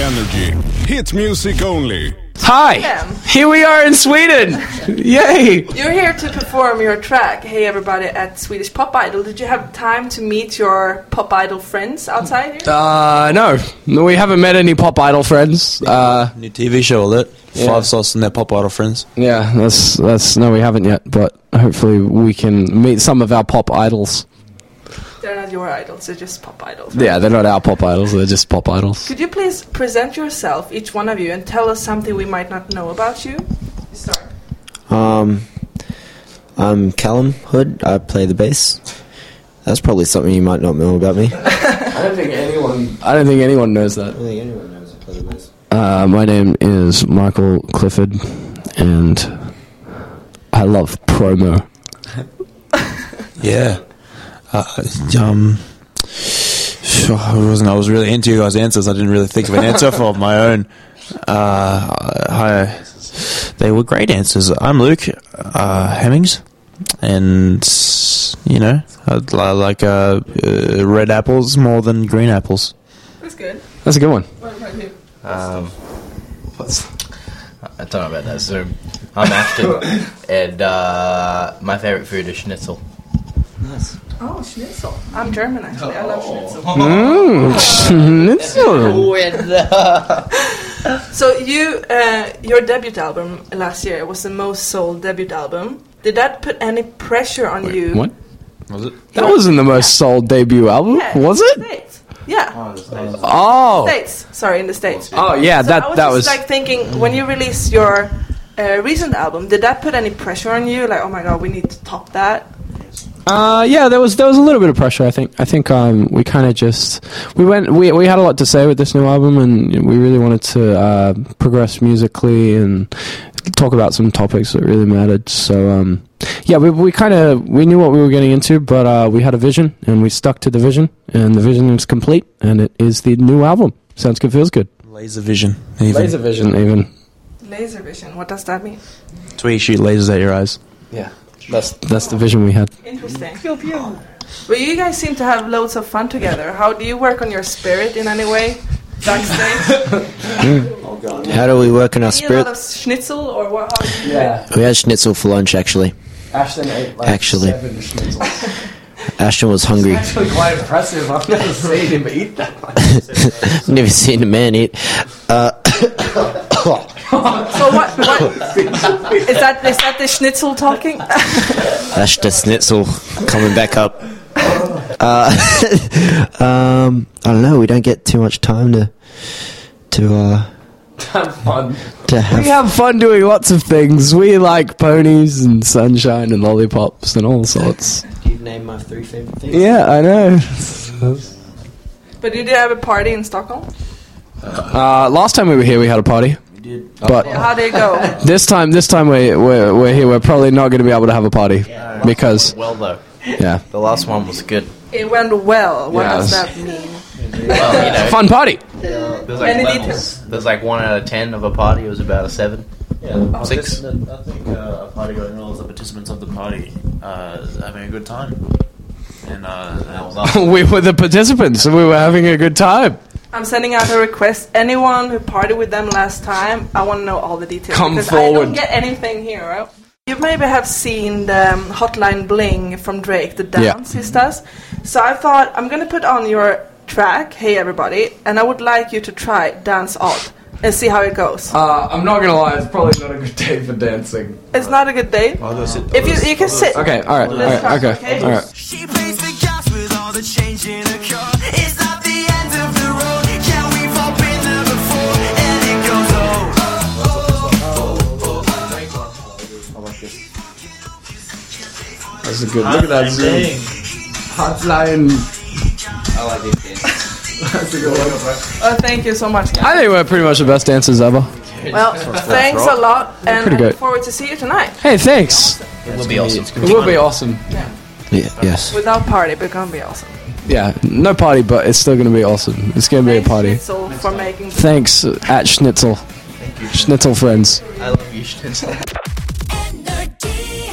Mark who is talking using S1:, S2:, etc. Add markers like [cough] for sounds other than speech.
S1: Energy. Hit music only.
S2: Hi! Here we are in Sweden! Yay!
S3: You're here to perform your track, Hey Everybody, at Swedish Pop Idol. Did you have time to meet your Pop Idol friends outside here?
S2: Uh, no. No, We haven't met any Pop Idol friends. Uh,
S4: New TV show, lit.
S2: Yeah.
S4: Five stars from their pop idol friends.
S2: yeah, that's, that's, no, we haven't yet, but hopefully we can meet some of our Pop Idols.
S3: They're not your idols, they're just Pop Idols. right?
S2: Mm. Yeah, they're not our Pop Idols, they're just Pop Idols.
S3: Could you please present yourself, each one of you, and tell us something we might not know about you? Start.
S5: Um, I'm Callum Hood. I play the bass. That's probably something you might not know about me. I
S2: I don't think anyone, I don't think anyone knows that.
S5: don't think anyone knows I play the bass.
S2: Uh, my name is Michael Clifford, and I love promo.
S4: Yeah. Uh, um, I wasn't. I was really into you guys' answers. I didn't really think of an answer for my own. Uh, I, they were great answers. I'm Luke uh, Hemmings, and you know, I, I like uh, uh, red apples more than green apples.
S3: That's good.
S2: That's a good one.
S3: What about you?
S6: Um, I don't know about that. Zoom. I'm
S7: [coughs]
S6: Ashton, and uh, my favourite food is schnitzel.
S3: Oh, schnitzel. I'm German, actually. I love
S2: Oh.
S3: schnitzel.
S2: Hmm,
S3: So you, uh, your debut album last year was the most sold debut album. Did that put any pressure on you?
S2: What?
S4: Was it?
S2: That wasn't the most sold debut album,
S3: Yeah,
S2: was it?
S3: States. Yeah,
S2: Oh,
S3: states. Sorry, in the states.
S2: oh yeah,
S3: So I
S2: that
S3: was
S2: that
S3: just
S2: was.
S3: like thinking when you released your uh, recent album, did that put any pressure on you? Like, oh my god, we need to top that.
S2: Uh, yeah, there was there was a little bit of pressure. I think I think um we kind of just we went we we had a lot to say with this new album, and we really wanted to uh, progress musically and talk about some topics that really mattered. So um yeah, we we kind of we knew what we were getting into, but uh, we had a vision and we stuck to the vision, and the vision is complete, and it is the new album. Sounds good, feels good.
S4: Laser vision. Even.
S2: vision, even
S3: Laser vision. What does that mean?
S4: It's where you shoot lasers at your eyes.
S2: that's that's the vision we had.
S3: Interesting. Well, you guys seem to have loads of fun together. How do you work on your spirit in any way? Backstage?
S5: How do we work in our
S3: Eat a lot
S5: spirit?
S3: of schnitzel or what? How do you
S2: Yeah,
S5: We had schnitzel for lunch, actually.
S2: Ashton ate like
S5: Actually.
S2: seven schnitzels.
S5: Ashton was hungry.
S2: actually quite impressive. [laughs] I've never seen him eat that much.
S5: Never seen a man eat.
S3: So what? what is that? Is that the schnitzel talking? [laughs]
S5: That's the schnitzel coming back up. Uh, [laughs] um, I don't know. We don't get too much time to to uh,
S2: Have fun.
S5: to
S2: We
S5: have.
S2: have fun doing lots of things. We like ponies and sunshine and lollipops and all sorts.
S5: You've named my three favorite things.
S2: Yeah, I know.
S3: But you did have a party in Stockholm.
S2: Uh, last time we were here, we had a party. But
S3: How did it go?
S2: this time, this time we, we're, we're here, we're probably not going to be able to have a party because
S6: Well, though,
S2: yeah,
S6: the last one was good.
S3: It went well. What does
S2: Yes.
S3: that mean?
S6: Well, you know,
S2: fun party. [laughs]
S6: there's like
S3: Any
S6: levels.
S3: details?
S6: There's like one out of ten of a party. It was about a seven.
S7: Yeah,
S6: Six.
S7: I think, I think uh, a party got enrolls the participants of the party uh, having a good time. And uh, that was us.
S2: we were the participants and we were having a good time.
S3: I'm sending out a request. Anyone who partied with them last time, I want to know all the details.
S2: Come
S3: because I
S2: forward.
S3: don't get anything here, right? You maybe have seen the um, Hotline Bling from Drake, the
S2: Yeah.
S3: dance he does. So I thought I'm gonna put on your track, Hey Everybody, and I would like you to try Dance Odd and see how it goes.
S2: Uh, I'm not going to lie, it's probably not a good day for dancing.
S3: it's not a good day. If you you can sit.
S2: Okay, all right, all
S3: Let's
S2: right,
S3: try,
S2: okay,
S3: okay?
S2: all right.
S8: She plays the gaps with all the change in her car. It's not the end of the road. Yeah, we've all been there before, and it goes oh.
S2: That's a good. Look at that zoom. Hotline.
S3: Oh, thank you so much.
S2: I think we're pretty much the best dancers ever.
S3: Well, thanks a lot, and
S2: Pretty
S3: I
S2: good.
S3: look forward to see you tonight.
S2: Hey, thanks.
S6: It will be awesome.
S2: It will be awesome.
S5: yeah. Yes.
S3: Without party, but it's gonna be awesome.
S2: Yeah, no party, but it's still gonna be awesome. It's gonna be a
S3: Thanks,
S2: party.
S3: Schnitzel, for making
S2: Thanks uh, at Schnitzel. Schnitzel friends.
S6: I love you, Schnitzel.
S8: Energy.